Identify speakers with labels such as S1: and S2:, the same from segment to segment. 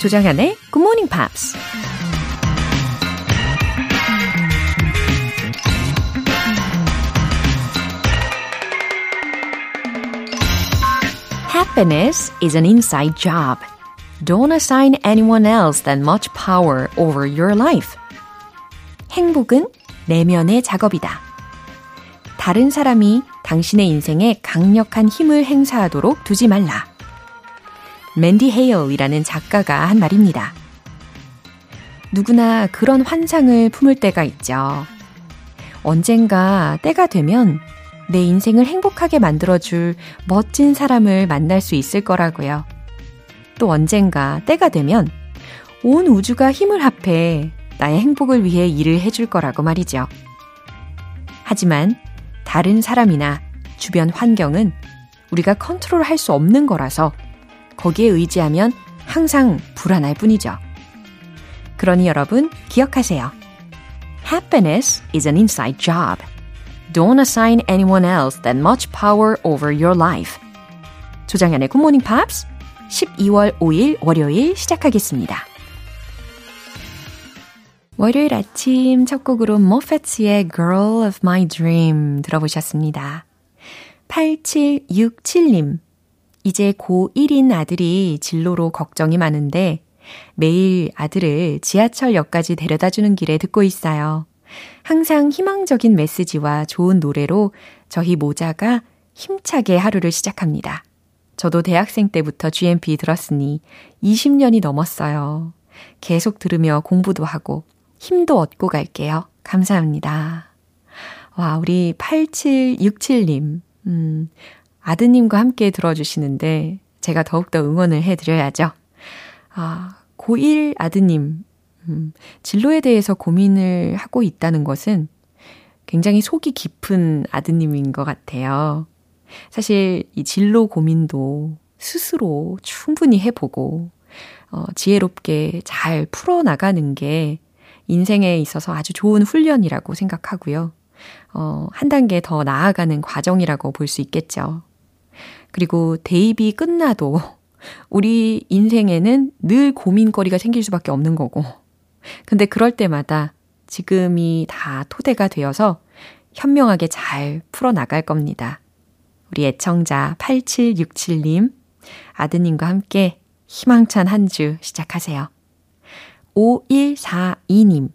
S1: 조장현의 Good Morning Pops. Happiness is an inside job. Don't assign anyone else that much power over your life. 행복은 내면의 작업이다. 다른 사람이 당신의 인생에 강력한 힘을 행사하도록 두지 말라. 맨디 헤일이라는 작가가 한 말입니다. 누구나 그런 환상을 품을 때가 있죠. 언젠가 때가 되면 내 인생을 행복하게 만들어줄 멋진 사람을 만날 수 있을 거라고요. 또 언젠가 때가 되면 온 우주가 힘을 합해 나의 행복을 위해 일을 해줄 거라고 말이죠. 하지만 다른 사람이나 주변 환경은 우리가 컨트롤 할 수 없는 거라서 거기에 의지하면 항상 불안할 뿐이죠. 그러니 여러분 기억하세요. Happiness is an inside job. Don't assign anyone else that much power over your life. 조장현의 굿모닝 팝스 12월 5일 월요일 시작하겠습니다. 월요일 아침 첫 곡으로 모페츠의 Girl of My Dream 들어보셨습니다. 8767님. 이제 고1인 아들이 진로로 걱정이 많은데 매일 아들을 지하철역까지 데려다 주는 길에 듣고 있어요. 항상 희망적인 메시지와 좋은 노래로 저희 모자가 힘차게 하루를 시작합니다. 저도 대학생 때부터 GMP 들었으니 20년이 넘었어요. 계속 들으며 공부도 하고 힘도 얻고 갈게요. 감사합니다. 와, 우리 8767님. 음, 아드님과 함께 들어주시는데 제가 더욱더 응원을 해드려야죠. 아, 고1 아드님. 음, 진로에 대해서 고민을 하고 있다는 것은 굉장히 속이 깊은 아드님인 것 같아요. 사실 이 진로 고민도 스스로 충분히 해보고, 어, 지혜롭게 잘 풀어나가는 게 인생에 있어서 아주 좋은 훈련이라고 생각하고요. 어, 한 단계 더 나아가는 과정이라고 볼 수 있겠죠. 그리고 대입이 끝나도 우리 인생에는 늘 고민거리가 생길 수밖에 없는 거고. 근데 그럴 때마다 지금이 다 토대가 되어서 현명하게 잘 풀어나갈 겁니다. 우리 애청자 8767님, 아드님과 함께 희망찬 한 주 시작하세요. 5142님.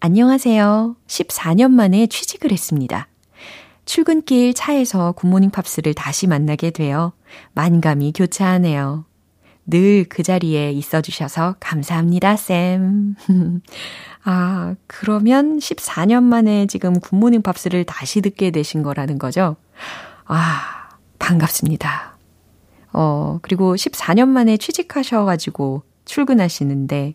S1: 안녕하세요. 14년 만에 취직을 했습니다. 출근길 차에서 굿모닝 팝스를 다시 만나게 되어 만감이 교차하네요. 늘 그 자리에 있어 주셔서 감사합니다, 쌤. 아, 그러면 14년 만에 지금 굿모닝 팝스를 다시 듣게 되신 거라는 거죠? 아, 반갑습니다. 어, 그리고 14년 만에 취직하셔가지고 출근하시는데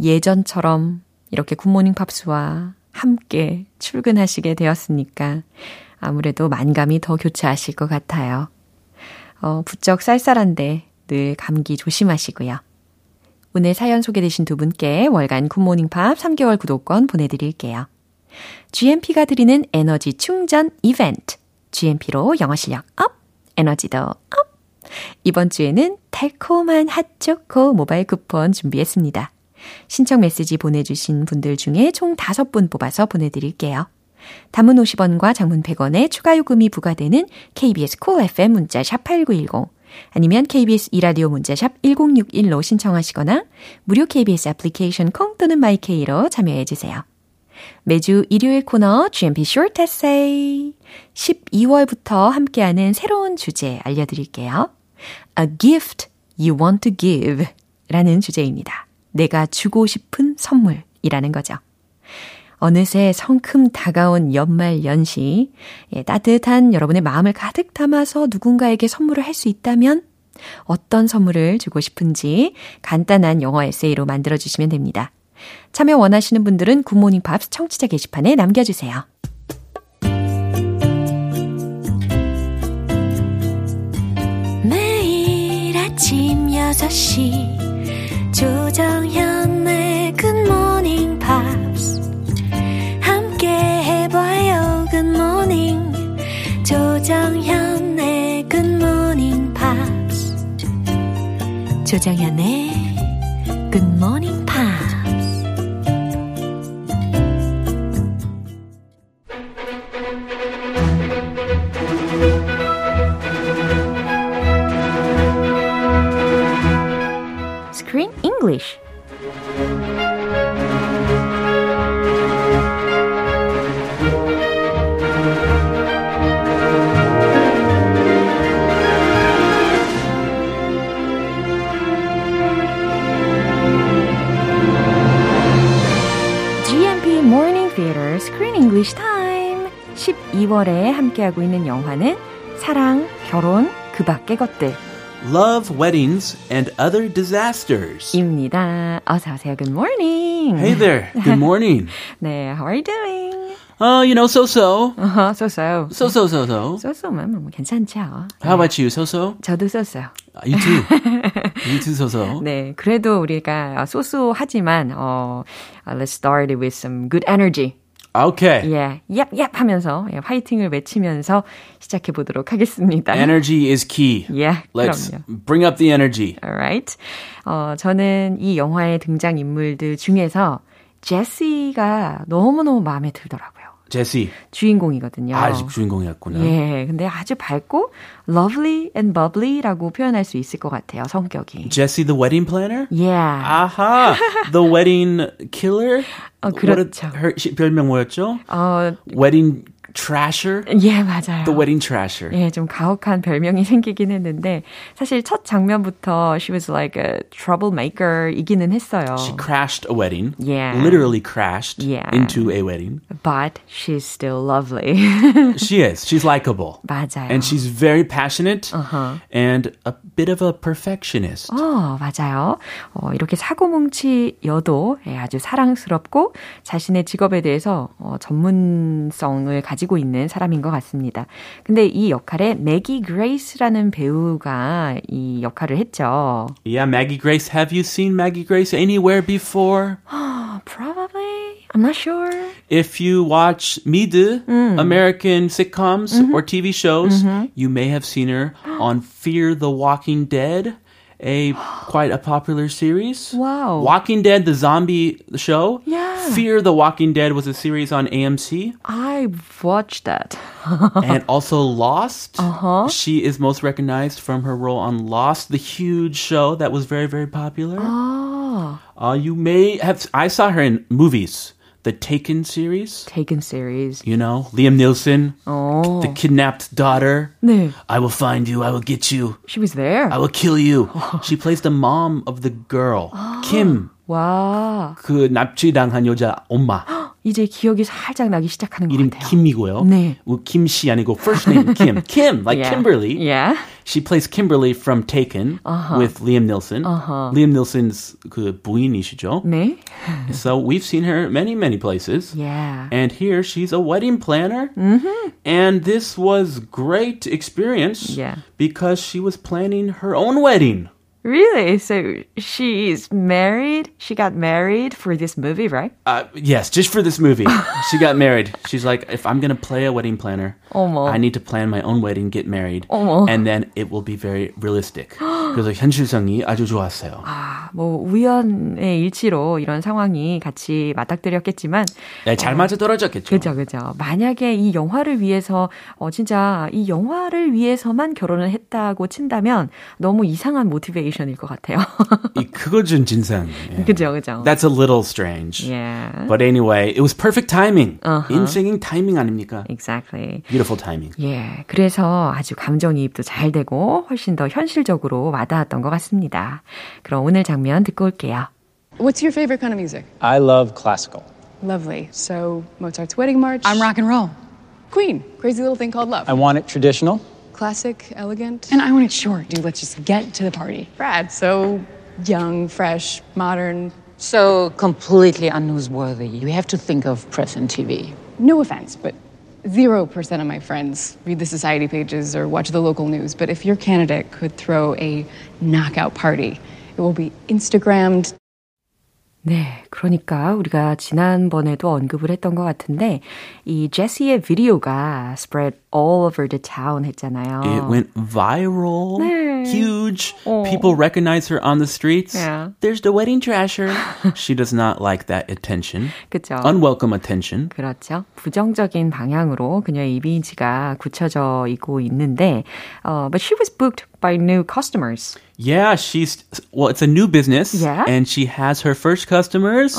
S1: 예전처럼 이렇게 굿모닝 팝스와 함께 출근하시게 되었으니까 아무래도 만감이 더 교차하실 것 같아요. 어, 부쩍 쌀쌀한데 늘 감기 조심하시고요. 오늘 사연 소개되신 두 분께 월간 굿모닝 팝 3개월 구독권 보내드릴게요. GMP가 드리는 에너지 충전 이벤트. GMP로 영어 실력 업, 에너지도 업! 이번 주에는 달콤한 핫초코 모바일 쿠폰 준비했습니다. 신청 메시지 보내주신 분들 중에 총 5분 뽑아서 보내드릴게요. 담은 50원과 장문 100원에 추가 요금이 부과되는 KBS 콜 cool FM 문자 샵 8910 아니면 KBS 이라디오 문자 샵 1061로 신청하시거나 무료 KBS 애플리케이션 콩 또는 마이케이로 참여해주세요. 매주 일요일 코너 GMP Short Essay 12월부터 함께하는 새로운 주제 알려드릴게요. A gift you want to give 라는 주제입니다. 내가 주고 싶은 선물이라는 거죠. 어느새 성큼 다가온 연말 연시, 예, 따뜻한 여러분의 마음을 가득 담아서 누군가에게 선물을 할 수 있다면 어떤 선물을 주고 싶은지 간단한 영어 에세이로 만들어주시면 됩니다. 참여 원하시는 분들은 굿모닝 팝스 청취자 게시판에 남겨주세요.
S2: 매일 아침 6시 조정현의 굿모닝 팝스 함께 해봐요 굿모닝 조정현의 굿모닝 팝스 조정현의 굿모닝 팝스
S1: Screen English. GMP Morning Theater Screen English Time. 12월에 함께하고 있는 영화는 사랑, 결혼, 그 밖의 것들.
S3: Love Weddings and Other Disasters.
S1: 입니다. 어서 오세요. Good morning.
S3: Hey there. Good morning.
S1: 네, how are you doing?
S3: Uh, you know, so so.
S1: 어허, 쏘쏘.
S3: So so so so.
S1: 쏘쏘면 뭐 괜찮죠.
S3: How about you, so so?
S1: 저도 쏘쏘.
S3: You too. you too, so so.
S1: 네, 그래도 우리가 쏘쏘하지만 어, let's start with some good energy.
S3: Okay.
S1: 예, yep, yep 하면서 예, 화이팅을 외치면서 시작해 보도록 하겠습니다.
S3: Energy is key.
S1: 예,
S3: Let's
S1: 그럼요.
S3: bring up the energy.
S1: Alright. 어, 저는 이 영화의 등장 인물들 중에서 제시가 너무너무 마음에 들더라고요.
S3: Jesse.
S1: 주인공이거든요.
S3: 아직 주인공이었구나.
S1: 예, 근데 아주 밝고 lovely and bubbly라고 표현할 수 있을 것 같아요. 성격이.
S3: Jesse the wedding planner?
S1: 예.
S3: 아. Aha. The wedding killer?
S1: 어, Oh,
S3: What
S1: 그렇죠.
S3: a, her, 시- 별명 뭐였죠?
S1: 어,
S3: Wedding trasher?
S1: 예, 맞아요.
S3: The wedding trasher.
S1: 예, 좀 가혹한 별명이 생기긴 했는데 사실 첫 장면부터 she was like a troublemaker이기는 했어요.
S3: She crashed a wedding.
S1: Oh. Yeah.
S3: Literally crashed
S1: Yeah.
S3: into a wedding.
S1: But she's still lovely.
S3: She is. She's likable.
S1: 맞아요.
S3: And she's very passionate
S1: Uh-huh.
S3: and a bit of a perfectionist.
S1: 어, 맞아요. 어, 이렇게 사고뭉치여도 예, 아주 사랑스럽고 자신의 직업에 대해서 어, 전문성을 가지고 있는 사람인 것 같습니다. 근데 이 역할에 매기 그레이스라는 배우가 이 역할을 했죠.
S3: Yeah, Maggie Grace. Have you seen Maggie Grace anywhere before?
S1: Oh, probably. I'm not sure.
S3: If you watch mid
S1: Mm.
S3: American sitcoms
S1: Mm-hmm.
S3: or TV shows, you may have seen her on Fear the Walking Dead, a quite a popular series.
S1: Wow.
S3: Walking Dead, the zombie show.
S1: Yeah.
S3: Fear the Walking Dead was a series on AMC.
S1: I watched that. Uh-huh.
S3: and also Lost. Uh-huh. She is most recognized from her role on Lost, the huge show that was very, very popular.
S1: 아,
S3: Uh, you may have. I saw her in movies, the Taken series.
S1: Taken series.
S3: You know, Liam Nielsen,
S1: 어,
S3: the kidnapped daughter.
S1: 네.
S3: I will find you. I will get you.
S1: She was there.
S3: I will kill you. she plays the mom of the girl,
S1: Oh.
S3: Kim.
S1: 와,
S3: 그 납치당한 여자 엄마
S1: 이제 기억이 살짝 나기 시작하는 것
S3: 이름
S1: 같아요.
S3: 김이고요.
S1: 네.
S3: 뭐 김씨 아니고 first name Kim. Kim like
S1: Yeah.
S3: Kimberly.
S1: Yeah.
S3: She plays Kimberly from Taken
S1: Uh-huh.
S3: with Liam Nielsen. Liam Nielsen's 그 부인이시죠.
S1: 네.
S3: So we've seen her many, many places.
S1: Yeah.
S3: And here she's a wedding planner. Mm-hmm. And this was great experience
S1: Yeah.
S3: because she was planning her own wedding.
S1: Really? So she is married? She got married for this movie, right?
S3: Uh, yes, just for this movie. she got married. She's like, if I'm going to play a wedding planner,
S1: 어머.
S3: I need to plan my own wedding, get married,
S1: 어머.
S3: and then it will be very realistic. 그래서 현실성이 아주 좋았어요.
S1: 아, 뭐 우연의 일치로 이런 상황이 같이 맞닥뜨렸겠지만
S3: 네, 잘 맞아 떨어졌겠죠.
S1: 그죠, 그죠. 만약에 이 영화를 위해서, 어, 진짜 이 영화를 위해서만 결혼을 했다고 친다면 너무 이상한 모티베이션일 것 같아요.
S3: 이- 그거 좀 진상. 예.
S1: 그죠, 그죠.
S3: That's a little strange.
S1: Yeah.
S3: But anyway, it was perfect timing.
S1: Uh-huh.
S3: 인생인 타이밍 아닙니까?
S1: Exactly.
S3: Beautiful timing.
S1: 예, 그래서 아주 감정이입도 잘 되고 훨씬 더 현실적으로 와닿았던 것 같습니다. 그럼 오늘 장면 듣고 올게요.
S4: What's your favorite kind of music?
S5: I love classical.
S4: Lovely. So Mozart's Wedding March.
S6: I'm rock and roll.
S4: Queen. Crazy little thing called love.
S5: I want it traditional.
S4: Classic, elegant.
S6: And I want it short, dude. Let's just get to the party.
S4: Brad. So young, fresh, modern.
S6: So completely unnewsworthy. You have to think of press and TV.
S4: No offense, but zero percent of my friends read the society pages or watch the local news. But if your candidate could throw a knockout party, it will be Instagrammed,
S1: 네, 그러니까 우리가 지난번에도 언급을 했던 것 같은데 이 제시의 비디오가 spread all over the town 했잖아요.
S3: It went viral.
S1: 네.
S3: Huge.
S1: Oh.
S3: People recognize her on the streets.
S1: Yeah.
S3: There's the wedding trasher. she does not like that attention.
S1: 그죠?
S3: Unwelcome attention.
S1: 그렇죠. 부정적인 방향으로 그녀의 이미지가 굳혀져 있고 있는데, 어, but she was booked by new customers.
S3: Yeah, she's well, it's a new business.
S1: Yeah. Uh-huh.
S3: And she has her first customers,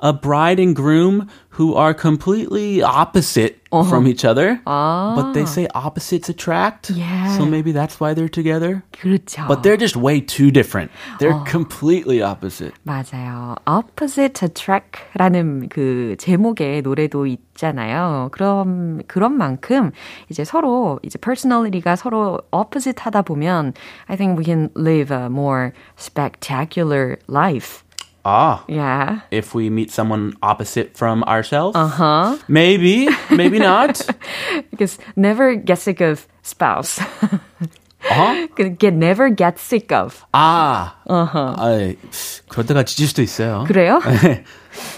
S3: a bride and groom who are completely opposite
S1: Uh-huh.
S3: from each other. But they say opposites attract.
S1: Ah. Yeah.
S3: So maybe that's why they're together.
S1: 그렇죠.
S3: But they're just way too different. They're
S1: Ah.
S3: completely opposite.
S1: 맞아요. Opposite Attract라는 그 제목의 노래도 있잖아요. 그럼 그런 만큼 이제 서로 이제 personality가 서로 opposite 하다 보면 I think we can live a more spectacular life.
S3: Ah.
S1: Yeah.
S3: If we meet someone opposite from ourselves, uh huh,
S1: Uh-huh.
S3: maybe, maybe not.
S1: Because never get sick of spouse.
S3: 어?
S1: get never get sick of.
S3: 아, Ah. 아이, 그럴 때가 지칠 수도 있어요.
S1: Uh-huh. 그래요?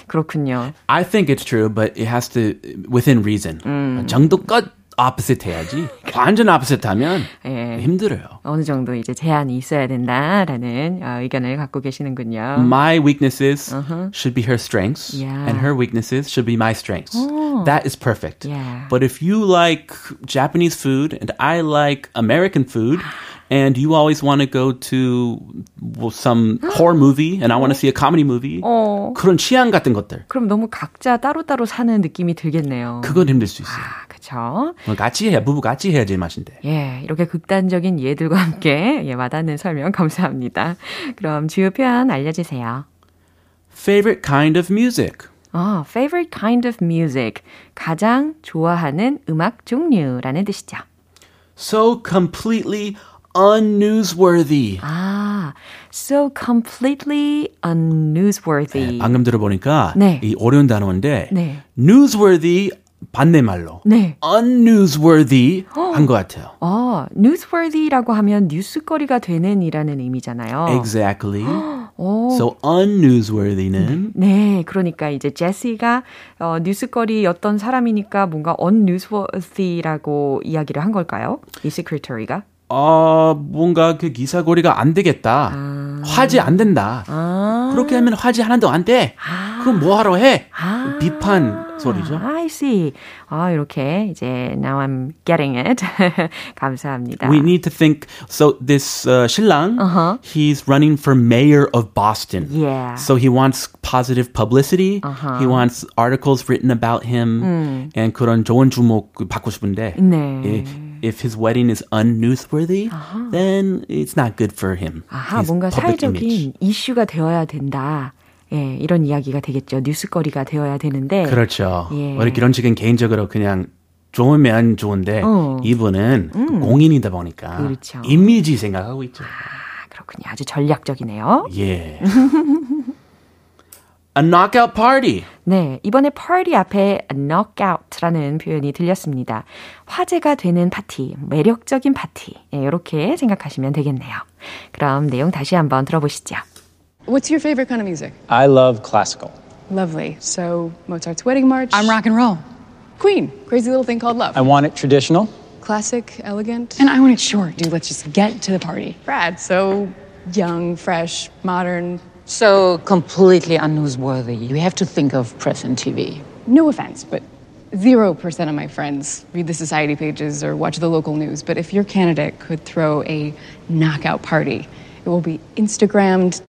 S1: 그렇군요.
S3: I think it's true, but it has to within reason.
S1: Mm.
S3: 정도껏 opposite 해야지. 완전 opposite 하면
S1: 예.
S3: 힘들어요.
S1: 어느 정도 이제 제한이 있어야 된다라는 어, 의견을 갖고 계시는군요.
S3: My weaknesses should be her strengths,
S1: Uh-huh. Yeah. Oh.
S3: and her weaknesses should be my strengths. That is perfect.
S1: Yeah.
S3: But if you like Japanese food and I like American food, and you always want to go to well, some horror movie and I want to see a comedy movie,
S1: 어.
S3: 그런 취향 같은 것들
S1: 그럼 너무 각자 따로따로 사는 느낌이 들겠네요.
S3: 그건 힘들 수 있어요.
S1: 아, 그쵸.
S3: 같이 해야 부부 같이 해야 제일 맛인데.
S1: 예, 이렇게 극단적인 예들과 함께 예, 와닿는 설명 감사합니다. 그럼 주요 표현 알려주세요.
S3: Favorite kind of music.
S1: 아, favorite kind of music. 가장 좋아하는 음악 종류라는 뜻이죠.
S3: So completely unnewsworthy.
S1: 아, so completely unnewsworthy.
S3: 방금 들어보니까
S1: 네.
S3: 이 어려운 단어인데
S1: 네.
S3: newsworthy 반대말로
S1: 네.
S3: unnewsworthy 한 것 같아요.
S1: 어, newsworthy라고 하면 뉴스거리가 되는 이라는 의미잖아요.
S3: Exactly.
S1: 오,
S3: So unnewsworthy는
S1: 어. 네, 그러니까 이제 제시가 어, 뉴스거리였던 사람이니까 뭔가 unnewsworthy라고 이야기를 한 걸까요? 이 secretary가?
S3: 아 뭔가 그 기사거리가 안 되겠다.
S1: 아.
S3: 화제 안 된다. 그렇게 하면 화제 하나도 안 돼.
S1: 아.
S3: 그럼 뭐 하러 해? 비판 소리죠.
S1: I see. 아, 이렇게 이제 now I'm getting it. 감사합니다.
S3: We need to think. So this uh, 신랑, he's running for mayor of Boston.
S1: Uh-huh. Yeah. Uh-huh.
S3: So he wants positive publicity. He wants articles written about him. And 그런 좋은 주목 받고 싶은데.
S1: Hmm. 네.
S3: i- If his wedding is unnewsworthy, then it's not good for him.
S1: Uh-huh. 아하,
S3: His
S1: 뭔가
S3: public
S1: 사회적인
S3: image.
S1: 이슈가 되어야 된다. 예, 이런 이야기가 되겠죠. 뉴스거리가 되어야 되는데.
S3: 그렇죠.
S1: 예.
S3: 우리 이런 식은 개인적으로 그냥 좋으면 좋은데 이분은 공인이다 보니까
S1: 그렇죠.
S3: 이미지 생각하고 있죠.
S1: 아, 그렇군요. 아주 전략적이네요.
S3: Yeah. a knockout party.
S1: 네, 이번에 파티 앞에 knockout라는 표현이 들렸습니다. 화제가 되는 파티, 매력적인 파티. 이렇게 생각하시면 되겠네요. 그럼 내용 다시 한번 들어보시죠.
S4: What's your favorite kind of music?
S5: I love classical.
S4: Lovely. So Mozart's Wedding March.
S6: I'm rock and roll.
S4: Queen. Crazy little thing called love.
S5: I want it traditional.
S4: Classic, elegant.
S6: And I want it short, dude. Let's just get to the party.
S4: Brad. So young, fresh, modern.
S6: So completely unnewsworthy. You have to think of press and TV.
S4: No offense, but zero percent of my friends read the society pages or watch the local news. But if your candidate could throw a knockout party, it will be Instagrammed,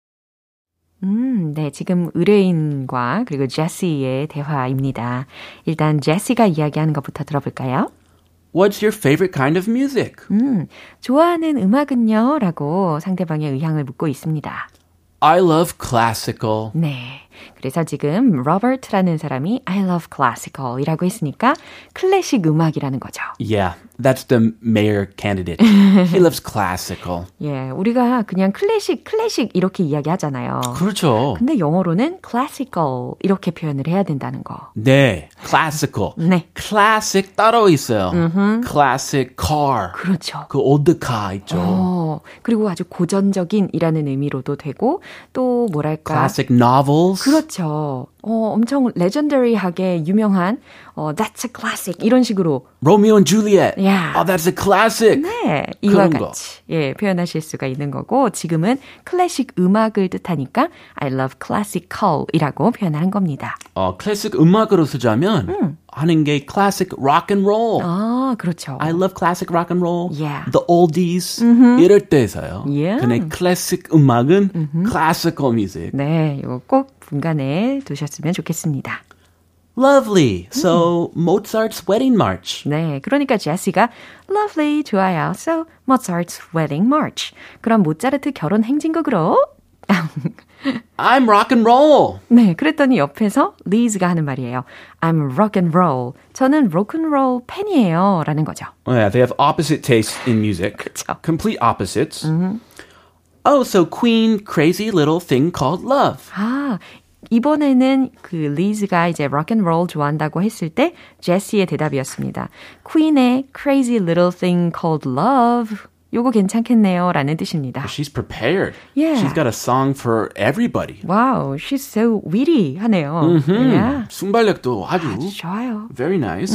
S1: 음, 네, 지금 의뢰인과 그리고 제시의 대화입니다. 일단 제시가 이야기하는 것부터 들어볼까요? 음,
S3: What's your favorite kind of music?
S1: Mm. 좋아하는 음악은요? 라고 상대방의 의향을 묻고 있습니다.
S3: I love classical.
S1: 네. 그래서 지금 로버트라는 사람이 I love classical이라고 했으니까 클래식 음악이라는 거죠.
S3: Yeah, that's the mayor candidate. he loves classical.
S1: 예, 우리가 그냥 클래식, 클래식 이렇게 이야기하잖아요.
S3: 그렇죠.
S1: 근데 영어로는 classical 이렇게 표현을 해야 된다는 거.
S3: 네, classical.
S1: 네.
S3: classic 따로 있어요. classic car.
S1: 그렇죠.
S3: 그 올드카 있죠.
S1: 뭐, 어, 그리고 아주 고전적인이라는 의미로도 되고 또 뭐랄까
S3: classic novels.
S1: 그렇죠. 어, 엄청 레전더리하게 유명한 어, That's a classic 이런 식으로
S3: Romeo and Juliet.
S1: Yeah.
S3: Oh, that's a classic.
S1: 네, 이와
S3: 그런 거.
S1: 같이 예, 표현하실 수가 있는 거고 지금은 클래식 음악을 뜻하니까 I love classical이라고 표현한 겁니다.
S3: 어, 클래식 음악으로 쓰자면 하는 게 classic rock and roll.
S1: 아, 그렇죠.
S3: I love classic rock and roll.
S1: Yeah. Mm-hmm.
S3: The oldies. 이럴 때서요.
S1: Yeah. Mm-hmm.
S3: 근데 클래식 음악은 classical music.
S1: 네, 이거 꼭 분간해 두셨으면 좋겠습니다.
S3: Lovely. So
S1: Mm-hmm.
S3: Mozart's Wedding March.
S1: 네, 그러니까 제시가 lovely 좋아요. So Mozart's wedding march. 그럼 모차르트 결혼 행진곡으로
S3: I'm rock and roll.
S1: 네, 그랬더니 옆에서 리즈가 하는 말이에요. I'm rock and roll. 저는 로큰롤 팬이에요. 라는 거죠.
S3: Oh, Yeah, they have opposite tastes in music.
S1: 그쵸. Mm-hmm.
S3: Complete opposites. Oh, so Queen crazy little thing called love.
S1: 아, 이번에는 그 리즈가 이제 락앤롤 좋아한다고 했을 때 제시의 대답이었습니다. 퀸의 Crazy Little Thing Called Love. 요거 괜찮겠네요. 라는 뜻입니다.
S3: She's prepared.
S1: Yeah.
S3: She's got a song for everybody.
S1: 와우, she's so witty 하네요. Yeah.
S3: 순발력도 아주
S1: 좋아요.
S3: very nice.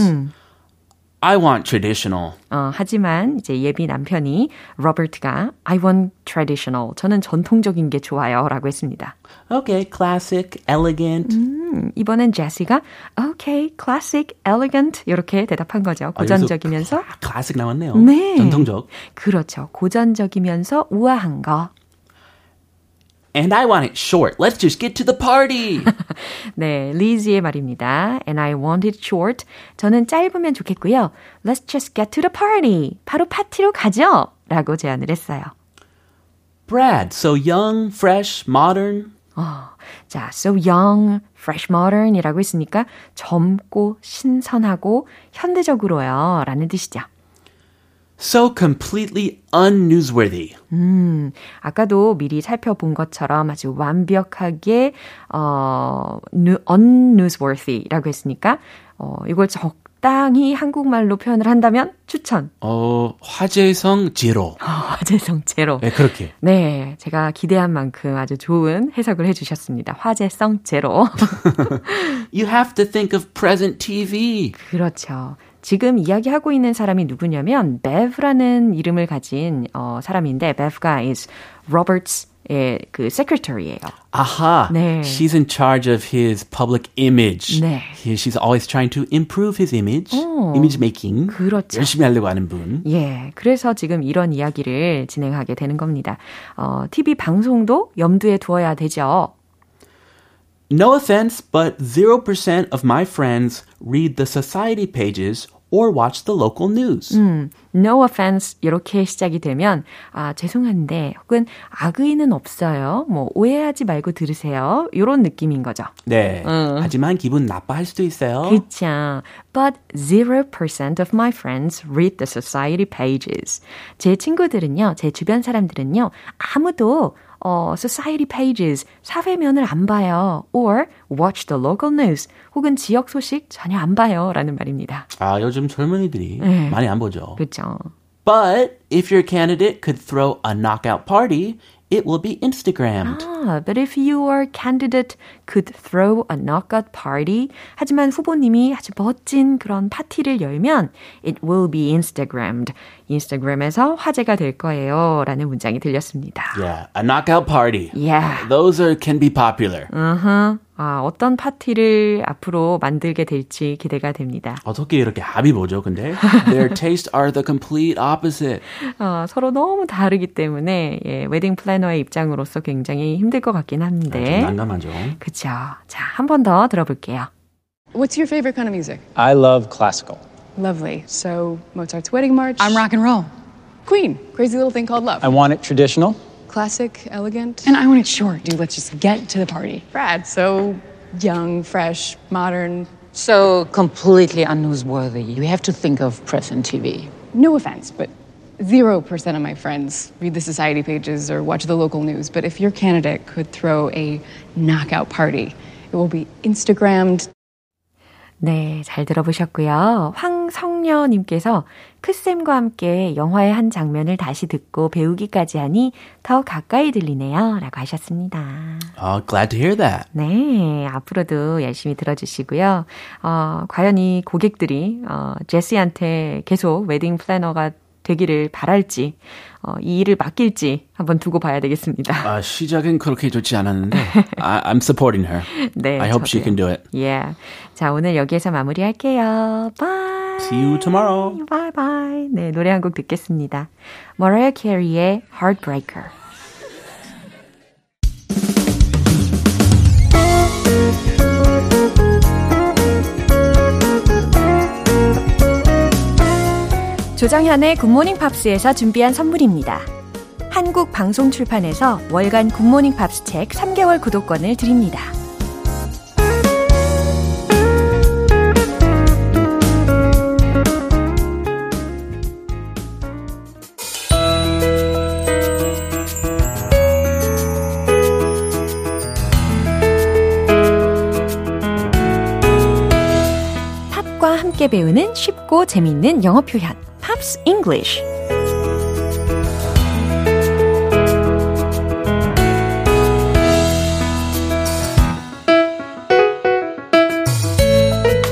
S3: I want traditional.
S1: 어, 하지만 이제 예비 남편이 로버트가 I want traditional. 저는 전통적인 게 좋아요라고 했습니다.
S3: Okay, classic, elegant.
S1: 음, 이번엔 제시가 okay, classic, elegant 이렇게 대답한 거죠.
S3: 아, 여기서
S1: 고전적이면서
S3: cla- classic 나왔네요.
S1: 네.
S3: 전통적.
S1: 그렇죠. 고전적이면서 우아한 거.
S3: And I want it short. Let's just get to the party.
S1: 네, 리지의 말입니다. And I want it short. 저는 짧으면 좋겠고요. Let's just get to the party. 바로 파티로 가죠. 라고 제안을 했어요.
S3: Brad, so young, fresh, modern.
S1: 자, so young, fresh modern이라고 했으니까 젊고 신선하고 현대적으로요. 라는 뜻이죠.
S3: So completely unnewsworthy.
S1: 음, 아까도 미리 살펴본 것처럼 아주 완벽하게 어 new- unnewsworthy라고 했으니까 어 이걸 적당히 한국말로 표현을 한다면 추천.
S3: 어, 화제성 제로.
S1: 화제성 제로.
S3: 네, 그렇게.
S1: 네, 제가 기대한 만큼 아주 좋은 해석을 해주셨습니다. 화제성 제로.
S3: You have to think of present TV.
S1: 그렇죠. 지금 이야기하고 있는 사람이 누구냐면 베브라는 이름을 가진 어, 사람인데 베브가 is Roberts의 그 secretary예요.
S3: Aha.
S1: 네.
S3: She's in charge of his public image.
S1: 네.
S3: He- she's always trying to improve his image. Image making.
S1: 그렇죠.
S3: 열심히 하려고 하는 분.
S1: 예, 그래서 지금 이런 이야기를 진행하게 되는 겁니다. 어, TV 방송도 염두에 두어야 되죠.
S3: No offense, but 0% of my friends read the society pages or watch the local news.
S1: No offense 이렇게 시작이 되면 아 죄송한데 혹은 악의는 없어요. 뭐 오해하지 말고 들으세요. 이런 느낌인 거죠.
S3: 네. 하지만 기분 나빠할 수도 있어요.
S1: 그렇죠. But 0% of my friends read the society pages. 제 친구들은요, 제 주변 사람들은요, 아무도 어, society pages, 사회면을 안 봐요. or watch the local news, 혹은 지역 소식 전혀 안 봐요. 라는 말입니다.
S3: 아, 요즘 젊은이들이 많이 안 보죠.
S1: 그렇죠.
S3: But if your candidate could throw a knockout party, it will be Instagrammed.
S1: 아, but if your candidate could throw a knockout party, 하지만 후보님이 아주 멋진 그런 파티를 열면 it will be Instagrammed. 인스타그램에서 화제가 될 거예요라는 문장이 들렸습니다.
S3: Yeah, a knockout party.
S1: Yeah.
S3: Those are can be popular.
S1: 아, 어떤 파티를 앞으로 만들게 될지 기대가 됩니다.
S3: 어떻게 이렇게 합이 보죠, 근데? Their tastes are the complete opposite.
S1: 어, 서로 너무 다르기 때문에 예, 웨딩 플래너의 입장으로서 굉장히 힘들 것 같긴
S3: 아, 좀
S1: 한데.
S3: 난감하죠.
S1: 그쵸. 자, 한 번 더 들어볼게요.
S4: What's your favorite kind of music?
S5: I love classical.
S4: Lovely. So Mozart's Wedding March.
S6: I'm rock and roll.
S4: Queen. Crazy little thing called love.
S5: I want it traditional.
S4: Classic, elegant.
S6: And I want it short.
S4: Dude, let's just get to the party. Brad, so young, fresh, modern.
S6: So completely unnewsworthy. You have to think of present TV.
S4: No offense, but 0% of my friends read the society pages or watch the local news. But if your candidate could throw a knockout party, it will be Instagrammed.
S1: 네, 잘 들어보셨고요. 황성녀님께서 크쌤과 함께 영화의 한 장면을 다시 듣고 배우기까지 하니 더 가까이 들리네요. 라고 하셨습니다.
S3: Oh, glad to hear that.
S1: 네, 앞으로도 열심히 들어주시고요. 어, 과연 이 고객들이 어, 제시한테 계속 웨딩 플래너가 되기를 바랄지, 어, 이 일을 맡길지 한번 두고 봐야 되겠습니다.
S3: Uh, 시작은 그렇게 좋지 않았는데 I, I'm supporting her.
S1: 네,
S3: I hope she
S1: 저도요.
S3: can do it.
S1: 예. 자, 오늘 여기에서 마무리할게요. 바이.
S3: See you tomorrow.
S1: 바이 바이. 네, 노래 한 곡 듣겠습니다. 머라이어 캐리의 Heartbreaker. 조정현의 굿모닝 팝스에서 준비한 선물입니다. 한국 방송 출판에서 월간 굿모닝 팝스 책 3개월 구독권을 드립니다. 팝과 함께 배우는 쉽고 재미있는 영어 표현 팝스 잉글리쉬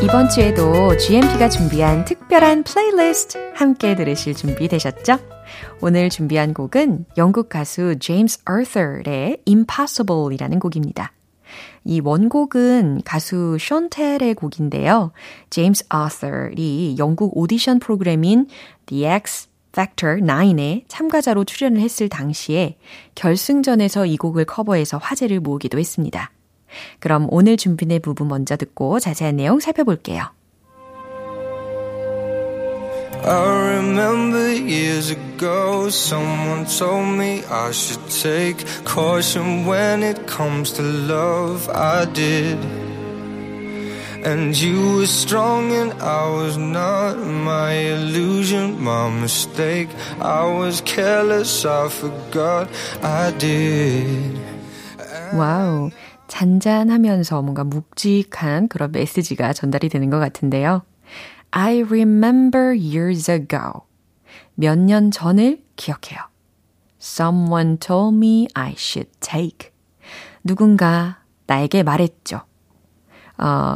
S1: 이번 주에도 GMP가 준비한 특별한 플레이리스트 함께 들으실 준비 되셨죠? 오늘 준비한 곡은 영국 가수 제임스 어서의 Impossible이라는 곡입니다. 이 원곡은 가수 션텔의 곡인데요. 제임스 아서이 영국 오디션 프로그램인 The X Factor 9에 참가자로 출연을 했을 당시에 결승전에서 이 곡을 커버해서 화제를 모으기도 했습니다. 그럼 오늘 준비된 부분 먼저 듣고 자세한 내용 살펴볼게요.
S7: I remember years ago, someone told me I should take caution when it comes to love. I did. And you were strong and I was not my illusion, my mistake. I was careless, I forgot I did.
S1: 와우. 잔잔하면서 뭔가 묵직한 그런 메시지가 전달이 되는 것 같은데요. I remember years ago. 몇 년 전을 기억해요. Someone told me I should take. 누군가 나에게 말했죠. 어,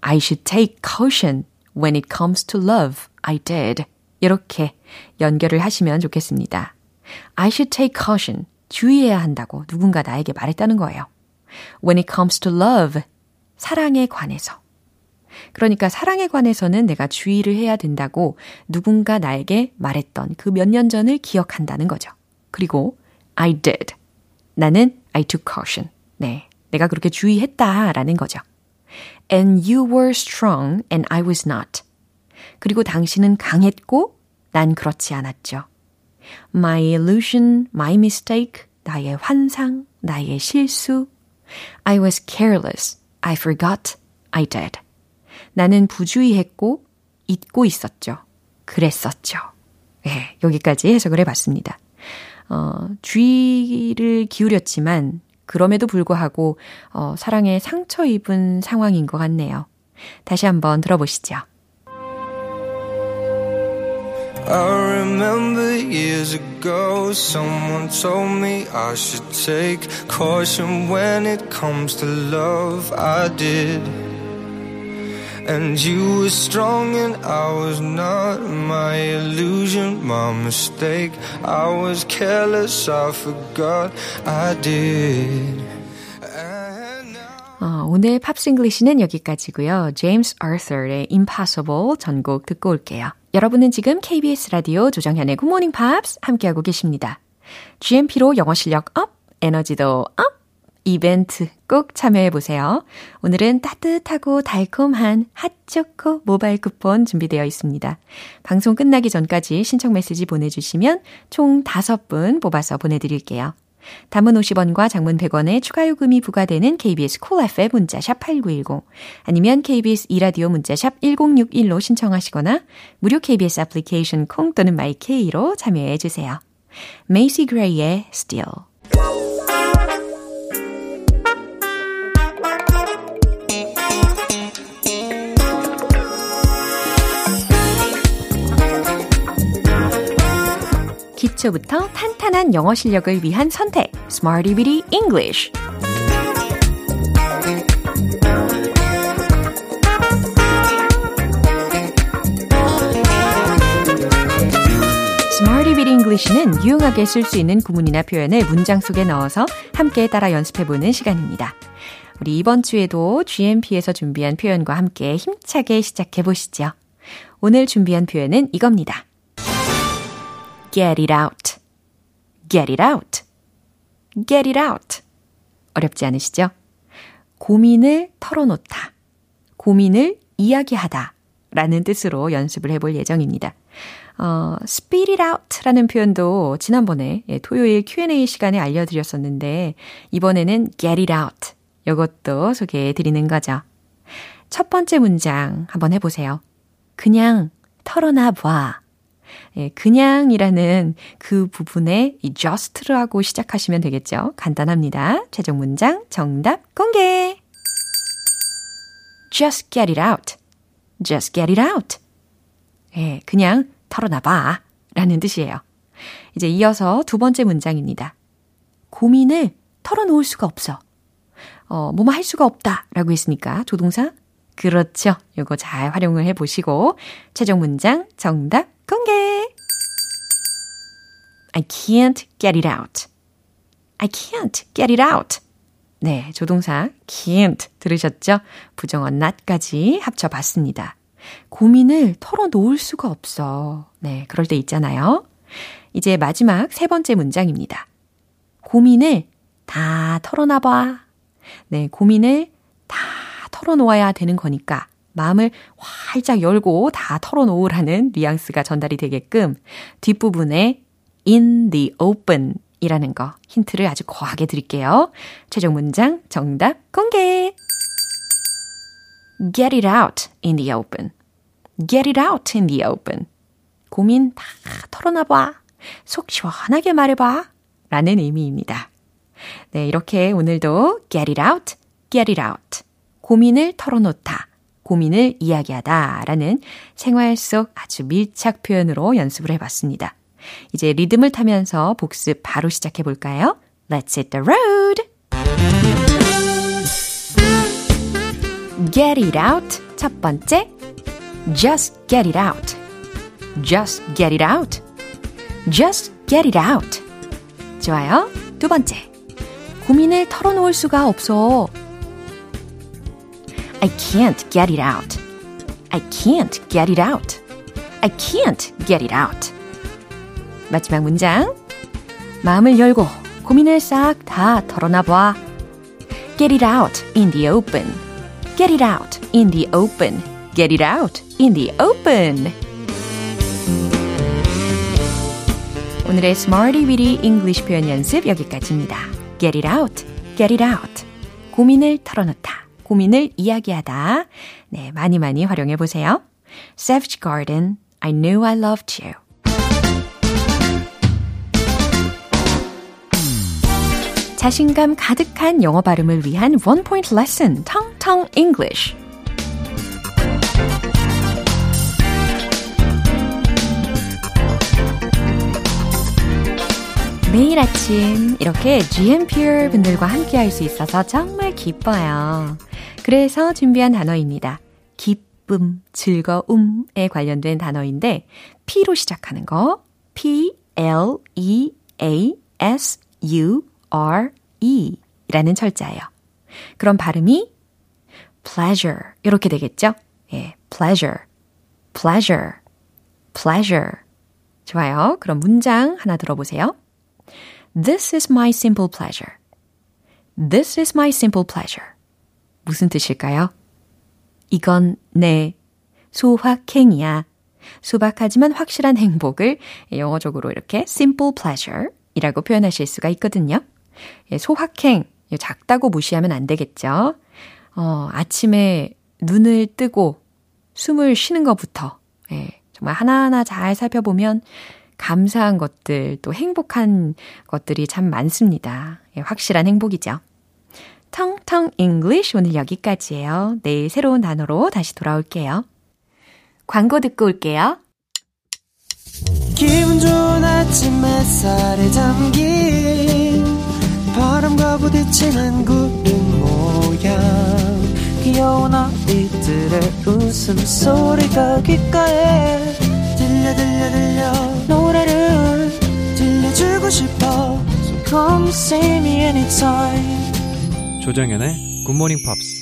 S1: I should take caution when it comes to love. I did. 이렇게 연결을 하시면 좋겠습니다. I should take caution. 주의해야 한다고 누군가 나에게 말했다는 거예요. When it comes to love. 사랑에 관해서. 그러니까 사랑에 관해서는 내가 주의를 해야 된다고 누군가 나에게 말했던 그 몇 년 전을 기억한다는 거죠. 그리고 I did. 나는 I took caution. 네. 내가 그렇게 주의했다라는 거죠. And you were strong and I was not. 그리고 당신은 강했고 난 그렇지 않았죠. My illusion, my mistake, 나의 환상, 나의 실수. I was careless. I forgot. I did. 나는 부주의했고 잊고 있었죠. 그랬었죠. 예, 여기까지 해석을 해봤습니다. 어, 주의를 기울였지만 그럼에도 불구하고 어, 사랑에 상처 입은 상황인 것 같네요. 다시 한번 들어보시죠.
S7: I remember years ago, someone told me I should take caution when it comes to love. I did. And you were strong and I was not my illusion, my mistake. I was careless, I forgot I did. And now-
S1: 어, 오늘 팝싱글리시는 여기까지고요. 제임스 아서의 Impossible 전곡 듣고 올게요. 여러분은 지금 KBS 라디오 조정현의 굿모닝 팝스 함께하고 계십니다. GMP로 영어 실력 업, 에너지도 업! 이벤트 꼭 참여해보세요. 오늘은 따뜻하고 달콤한 핫초코 모바일 쿠폰 준비되어 있습니다. 방송 끝나기 전까지 신청 메시지 보내주시면 총 5분 뽑아서 보내드릴게요. 담은 50원과 장문 100원에 추가 요금이 부과되는 KBS 콜 FM 문자샵 8910 아니면 KBS 이라디오 문자샵 1061로 신청하시거나 무료 KBS 애플리케이션 콩 또는 마이케이로 참여해 주세요. 메이시 그레이의 Still 기초부터 탄탄한 영어 실력을 위한 선택. Smarty Bitty English. Smarty Bitty English는 유용하게 쓸 수 있는 구문이나 표현을 문장 속에 넣어서 함께 따라 연습해보는 시간입니다. 우리 이번 주에도 GMP에서 준비한 표현과 함께 힘차게 시작해보시죠. 오늘 준비한 표현은 이겁니다. Get it out. Get it out. Get it out. 어렵지 않으시죠? 고민을 털어놓다. 고민을 이야기하다. 라는 뜻으로 연습을 해볼 예정입니다. 어, spit it out 라는 표현도 지난번에 예, 토요일 Q&A 시간에 알려드렸었는데, 이번에는 get it out. 요것도 소개해 드리는 거죠. 첫 번째 문장 한번 해보세요. 그냥 털어놔 봐. 예, 그냥이라는 그 부분에 이 just라고 시작하시면 되겠죠. 간단합니다. 최종 문장 정답 공개. Just get it out. Just get it out. 예, 그냥 털어놔봐. 라는 뜻이에요. 이제 이어서 두 번째 문장입니다. 고민을 털어놓을 수가 없어. 어, 뭐뭐 할 수가 없다. 라고 했으니까 조동사. 그렇죠. 요거 잘 활용을 해보시고, 최종 문장 정답 공개! I can't get it out. I can't get it out. 네, 조동사 can't 들으셨죠? 부정어 not까지 합쳐봤습니다. 고민을 털어놓을 수가 없어. 네, 그럴 때 있잖아요. 이제 마지막 세 번째 문장입니다. 고민을 다 털어놔봐. 네, 고민을 다 털어놓아야 되는 거니까 마음을 활짝 열고 다 털어놓으라는 뉘앙스가 전달이 되게끔 뒷부분에 in the open 이라는 거 힌트를 아주 거하게 드릴게요. 최종 문장 정답 공개! Get it out in the open. Get it out in the open. 고민 다 털어놔봐. 속 시원하게 말해봐. 라는 의미입니다. 네, 이렇게 오늘도 get it out, get it out. 고민을 털어놓다. 고민을 이야기하다 라는 생활 속 아주 밀착 표현으로 연습을 해봤습니다. 이제 리듬을 타면서 복습 바로 시작해 볼까요? Let's hit the road! Get it out. 첫 번째. Just get it out. Just get it out. Just get it out. 좋아요. 두 번째. 고민을 털어놓을 수가 없어. I can't get it out. I can't get it out. I can't get it out. 마지막 문장. 마음을 열고 고민을 싹 다 털어놔봐. Get it out in the open. Get it out in the open. Get it out in the open. 오늘의 Smarty Weedy English 표현 연습 여기까지입니다. Get it out. Get it out. 고민을 털어놓다. 고민을 이야기하다. 네, 많이 많이 활용해 보세요. Savage Garden, I knew I loved you. 자신감 가득한 영어 발음을 위한 원 포인트 레슨, 텅텅 English. 매일 아침 이렇게 GMPR 분들과 함께 할 수 있어서 정말 기뻐요. 그래서 준비한 단어입니다. 기쁨, 즐거움에 관련된 단어인데 P로 시작하는 거 P L E A S U R E 라는 철자예요. 그럼 발음이 pleasure 이렇게 되겠죠? 예, pleasure. pleasure. pleasure. 좋아요. 그럼 문장 하나 들어보세요. This is my simple pleasure. This is my simple pleasure. 무슨 뜻일까요? 이건 내 소확행이야. 소박하지만 확실한 행복을 예, 영어적으로 이렇게 simple pleasure 이라고 표현하실 수가 있거든요. 예, 소확행, 작다고 무시하면 안 되겠죠. 어, 아침에 눈을 뜨고 숨을 쉬는 것부터 예, 정말 하나하나 잘 살펴보면 감사한 것들, 또 행복한 것들이 참 많습니다. 예, 확실한 행복이죠. 텅텅 English 오늘 여기까지예요. 내일 새로운 단어로 다시 돌아올게요. 광고 듣고 올게요.
S8: 기분 좋은 아침 햇살에 잠긴 바람과 부딪히는 구름 모양 귀여운 아이들의 웃음소리가 귓가에 들려 들려 들려 노래를 들려주고 싶어 So come see me anytime
S9: 조정연의 굿모닝 팝스.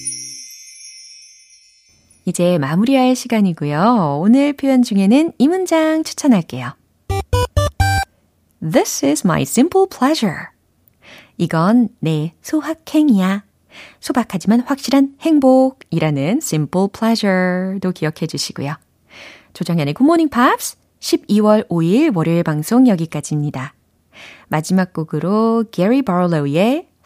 S1: 이제 마무리할 시간이고요. 오늘 표현 중에는 이 문장 추천할게요. This is my simple pleasure. 이건 내 소확행이야. 소박하지만 확실한 행복이라는 simple pleasure도 기억해 주시고요. 조정현의 굿모닝 팝스 12월 5일 월요일 방송 여기까지입니다. 마지막 곡으로 Gary Barlow의